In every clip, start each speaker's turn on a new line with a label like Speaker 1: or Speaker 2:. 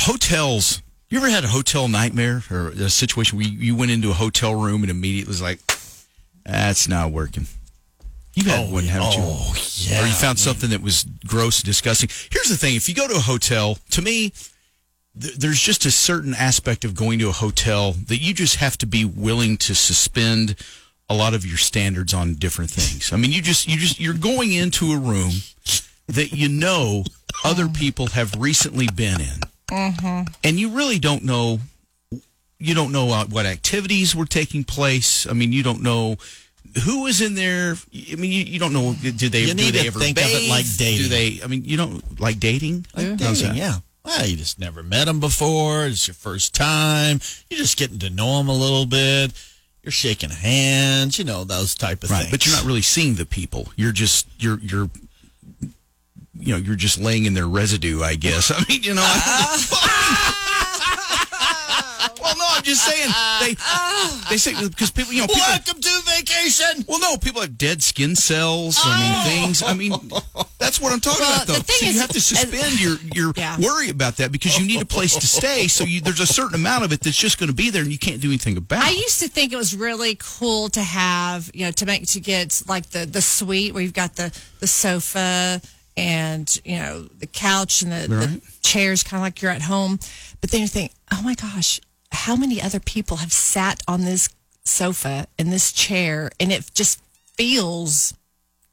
Speaker 1: hotels. You ever had a hotel nightmare or a situation where you, you went into a hotel room and immediately was like, "That's not working." You've had one, haven't you?
Speaker 2: Oh, yeah.
Speaker 1: Or you found something that was gross, disgusting. Here's the thing: if you go to a hotel, to me, th- there's just a certain aspect of going to a hotel that you just have to be willing to suspend a lot of your standards on different things. I mean, you just you just you're going into a room that you know other people have recently been in
Speaker 2: Mm-hmm.
Speaker 1: and you really don't know you don't know uh, what activities were taking place i mean you don't know who was in there i mean you, you don't know did they
Speaker 2: You
Speaker 1: do
Speaker 2: need
Speaker 1: they
Speaker 2: to
Speaker 1: ever
Speaker 2: think of it
Speaker 1: bathe?
Speaker 2: like
Speaker 1: do
Speaker 2: dating.
Speaker 1: they i mean you don't like dating
Speaker 2: Like
Speaker 1: How's that?
Speaker 2: dating, yeah. Well, you just never met them before. It's your first time. You're just getting to know them a little bit. You're shaking hands, you know, those type of
Speaker 1: right
Speaker 2: things.
Speaker 1: but you're not really seeing the people you're just you're you're you know you're just laying in their residue i guess i mean you know well no i'm just saying they they say because people you know people
Speaker 2: Welcome to vacation.
Speaker 1: Well, no, people have dead skin cells. I mean, things. I mean, that's what I'm talking
Speaker 3: Oh. Well,
Speaker 1: about, though.
Speaker 3: the thing
Speaker 1: so you
Speaker 3: is-
Speaker 1: have to suspend your your
Speaker 3: Yeah.
Speaker 1: worry about that because you need a place to stay. So you, there's a certain amount of it that's just going to be there, and you can't do anything about.
Speaker 3: I
Speaker 1: it.
Speaker 3: used to think it was really cool to have, you know, to make to get like the the suite where you've got the the sofa and you know the couch and the, the chairs, kind of like you're at home. But then you think, oh my gosh, how many other people have sat on this sofa and this chair, and it just feels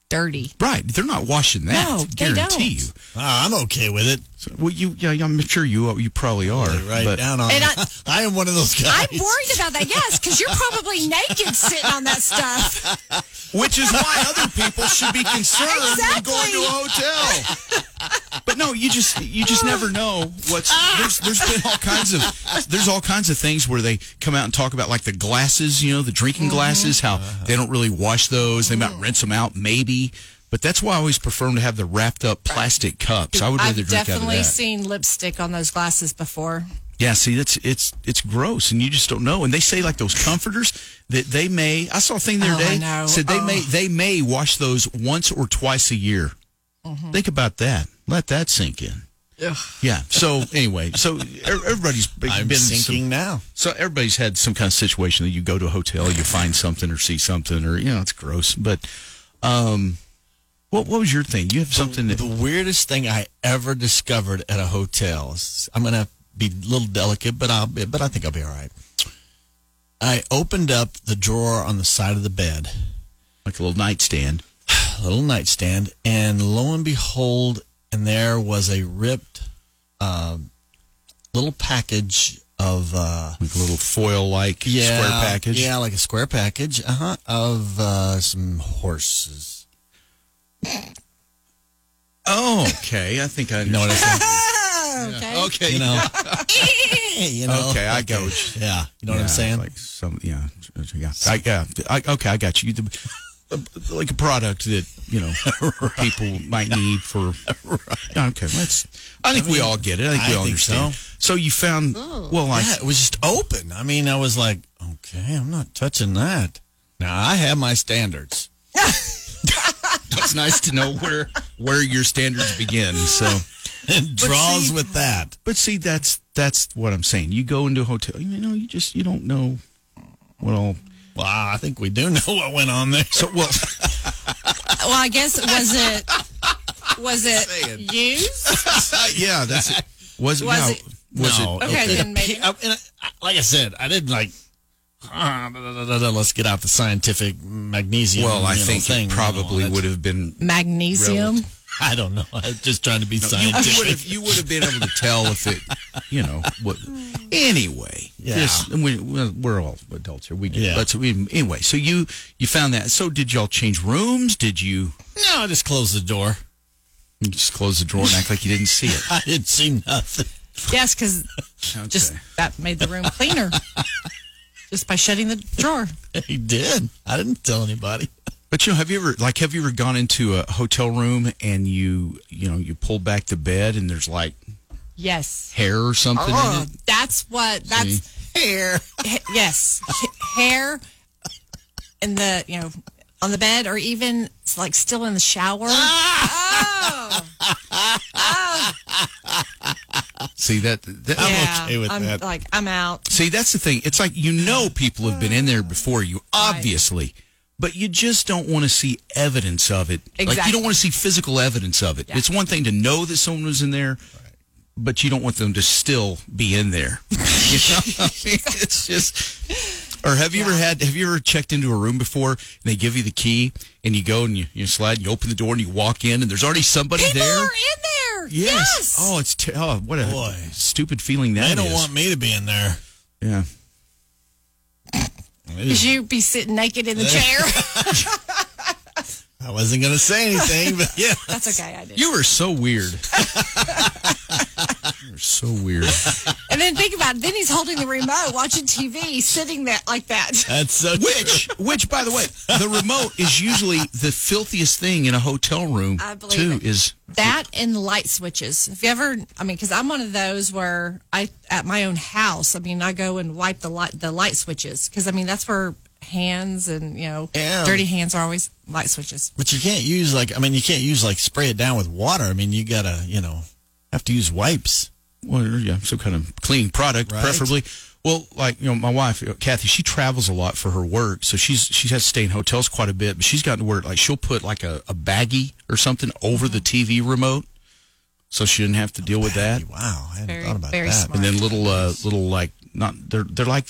Speaker 3: dirty.
Speaker 1: Right? They're not washing that.
Speaker 3: No, they
Speaker 1: guarantee you.
Speaker 3: don't.
Speaker 2: Ah, I'm okay with it.
Speaker 1: So, well, you. Yeah, I'm sure you. You probably are.
Speaker 2: Right
Speaker 1: but-
Speaker 2: down on.
Speaker 3: And
Speaker 2: I,
Speaker 3: I-
Speaker 2: am one of those guys.
Speaker 3: I'm worried about that, yes, because you're probably naked sitting on that stuff.
Speaker 1: Which is why other people should be concerned when going to a hotel. But no, you just you just never know what's there's there's been all kinds of there's all kinds of things where they come out and talk about like the glasses, you know, the drinking
Speaker 3: Mm-hmm.
Speaker 1: glasses, how they don't really wash those, they might rinse them out maybe, but that's why I always prefer 'em to have the wrapped up plastic cups. I would rather
Speaker 3: I've
Speaker 1: drink out of
Speaker 3: definitely
Speaker 1: that.
Speaker 3: seen lipstick on those glasses before.
Speaker 1: Yeah, see, that's it's it's gross, and you just don't know. And they say like those comforters that they may. I saw a thing the other
Speaker 3: Oh, I
Speaker 1: day
Speaker 3: know.
Speaker 1: said they may
Speaker 3: Oh.
Speaker 1: they may wash those once or twice a year.
Speaker 3: Mm-hmm.
Speaker 1: Think about that. Let that sink in. Yeah. So anyway, so e- everybody's b-
Speaker 2: I'm
Speaker 1: been some-
Speaker 2: sinking now.
Speaker 1: so everybody's had some kind of situation that you go to a hotel, you find something or see something, or you know it's gross. But um, what what was your thing? You have something that
Speaker 2: The weirdest thing I ever discovered at a hotel. is- I'm gonna be a little delicate, but I'll be, but I think I'll be all right. I opened up the drawer on the side of the bed,
Speaker 1: like a little nightstand.
Speaker 2: a little nightstand, and lo and behold, and there was a ripped um little package of uh,
Speaker 1: Like a little foil like square package.
Speaker 2: Yeah, like a square package. Uh huh. Of uh, some horses.
Speaker 1: Oh, okay. I think I
Speaker 2: You know what I'm saying?
Speaker 3: Okay.
Speaker 1: Okay.
Speaker 2: you know. you know.
Speaker 1: Okay, I get what
Speaker 2: Yeah, you know what
Speaker 1: Yeah,
Speaker 2: I'm saying.
Speaker 1: Like some, yeah, yeah. I, yeah I, okay, I got you. The- like a product that you know people might need for. Okay, let's. I think we all get it. I think we
Speaker 2: I
Speaker 1: all
Speaker 2: think so.
Speaker 1: understand. So. you found
Speaker 3: Oh.
Speaker 1: well, like
Speaker 2: yeah, it was just open. I mean, I was like, okay, I'm not touching that. Now I have my standards.
Speaker 1: it's nice to know where where your standards begin. So.
Speaker 2: It draws with that.
Speaker 1: But see, that's that's what I'm saying. You go into a hotel, you know, you just you don't know what all.
Speaker 2: Wow, I think we do know what went on there.
Speaker 1: So well,
Speaker 3: Well, I guess was it was it used?
Speaker 1: yeah, that's it. Was it?
Speaker 3: Was
Speaker 1: now-
Speaker 3: it-
Speaker 1: was
Speaker 2: no,
Speaker 1: it?
Speaker 3: Okay, then maybe.
Speaker 2: I- and I- like I said, I didn't like. "Ah, da, da, da, da, let's get out the scientific magnesium.
Speaker 1: Well, I
Speaker 2: you know,
Speaker 1: think
Speaker 2: thing.
Speaker 1: it probably
Speaker 2: No,
Speaker 1: would have been.
Speaker 3: Magnesium.
Speaker 2: I don't know. I'm just trying to be
Speaker 1: You
Speaker 2: scientific.
Speaker 1: would have. You would have been able to tell if it. You know. What, anyway.
Speaker 2: Yeah.
Speaker 1: this- and we, we're we're all adults here. We get.
Speaker 2: Yeah.
Speaker 1: Yeah. That's, we, anyway, so you you found that. So did y'all change rooms? Did you,
Speaker 2: No, I just closed the door.
Speaker 1: you just close the drawer and act like you didn't see it?
Speaker 2: I didn't see nothing.
Speaker 3: Yes, because
Speaker 1: Okay.
Speaker 3: just that made the room cleaner just by shutting the drawer.
Speaker 2: He did. I didn't tell anybody.
Speaker 1: But you know, have you ever like have you ever gone into a hotel room and you you know you pull back the bed and there's like
Speaker 3: Yes.
Speaker 1: hair or something in
Speaker 3: Oh,
Speaker 1: it?
Speaker 3: that's what. That's hair. yes, ha- hair in the you know on the bed, or even it's like still in the shower. Oh,
Speaker 1: See that? that
Speaker 3: yeah.
Speaker 2: okay with
Speaker 3: I'm
Speaker 2: that.
Speaker 3: Like I'm out.
Speaker 1: See that's the thing. It's like you know people have been in there before you, obviously, but you just don't want to see evidence of it. Like you
Speaker 3: Exactly.
Speaker 1: don't want to see physical evidence of it. It's one thing to know that someone was in there. But you don't want them to still be in there. You know? I mean, it's just. Or have you ever had? Have you ever checked into a room before and they give you the key and you go and you, you slide and you open the door and you walk in and there's already somebody
Speaker 3: People
Speaker 1: there.
Speaker 3: are in there.
Speaker 1: Yes. Oh, it's ter- oh, what a
Speaker 2: Boy.
Speaker 1: stupid feeling that
Speaker 2: They don't
Speaker 1: is.
Speaker 2: want me to be in there.
Speaker 1: yeah.
Speaker 3: Because you'd be sitting naked in the chair.
Speaker 2: I wasn't going to say anything, but yeah.
Speaker 3: That's okay. I did.
Speaker 1: You are so weird. You're so weird.
Speaker 3: And then think about it. Then he's holding the remote, watching TV, sitting there like that.
Speaker 2: That's so
Speaker 1: Which, which, by the way, the remote is usually the filthiest thing in a hotel room.
Speaker 3: I believe
Speaker 1: too
Speaker 3: it.
Speaker 1: is
Speaker 3: That and light switches. If you ever, I mean, because I'm one of those where I at my own house. I mean, I go and wipe the light the light switches because I mean that's where hands and you know
Speaker 2: Yeah.
Speaker 3: dirty hands are always light switches.
Speaker 2: But you can't use like I mean you can't use like spray it down with water. I mean you gotta you know have to use wipes.
Speaker 1: well, yeah, some kind of clean product,
Speaker 2: Right.
Speaker 1: preferably. Well, like you know, my wife you know, Kathy, she travels a lot for her work, so she's she has to stay in hotels quite a bit. But she's gotten to where like she'll put like a, a baggie or something over
Speaker 3: Uh-huh.
Speaker 1: the TV remote, so she didn't have to deal with that.
Speaker 2: Wow, I hadn't
Speaker 3: Very-
Speaker 2: thought about
Speaker 3: very
Speaker 2: that.
Speaker 3: smart.
Speaker 1: and then little uh little like not they're they're like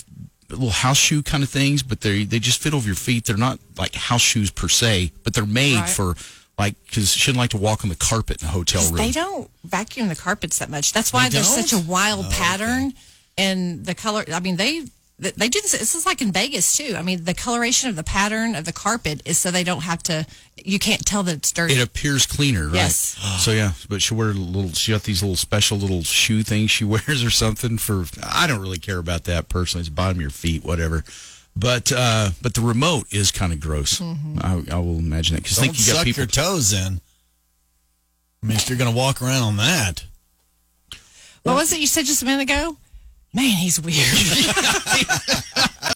Speaker 1: little house shoe kind of things but they they just fit over your feet they're not like house shoes per se but they're made
Speaker 3: Right.
Speaker 1: for like because she didn't like to walk on the carpet in a hotel room
Speaker 3: They don't vacuum the carpets that much. That's why there's
Speaker 2: don't?
Speaker 3: such a wild pattern in the color. I mean, they they do this. This is like in Vegas too. I mean, the coloration of the pattern of the carpet is so they don't have to. You can't tell that it's dirty.
Speaker 1: it appears cleaner right
Speaker 3: Yes.
Speaker 1: so yeah but she wear little she got these little special little shoe things she wears or something for i don't really care about that personally it's bottom of your feet whatever but uh but the remote is kind of gross
Speaker 3: Mm-hmm.
Speaker 1: I, I will imagine that because
Speaker 2: Don't
Speaker 1: think you got
Speaker 2: suck
Speaker 1: people
Speaker 2: your toes in. I mean if you're gonna walk around on that.
Speaker 3: what was it you said just a minute ago? Man, he's weird.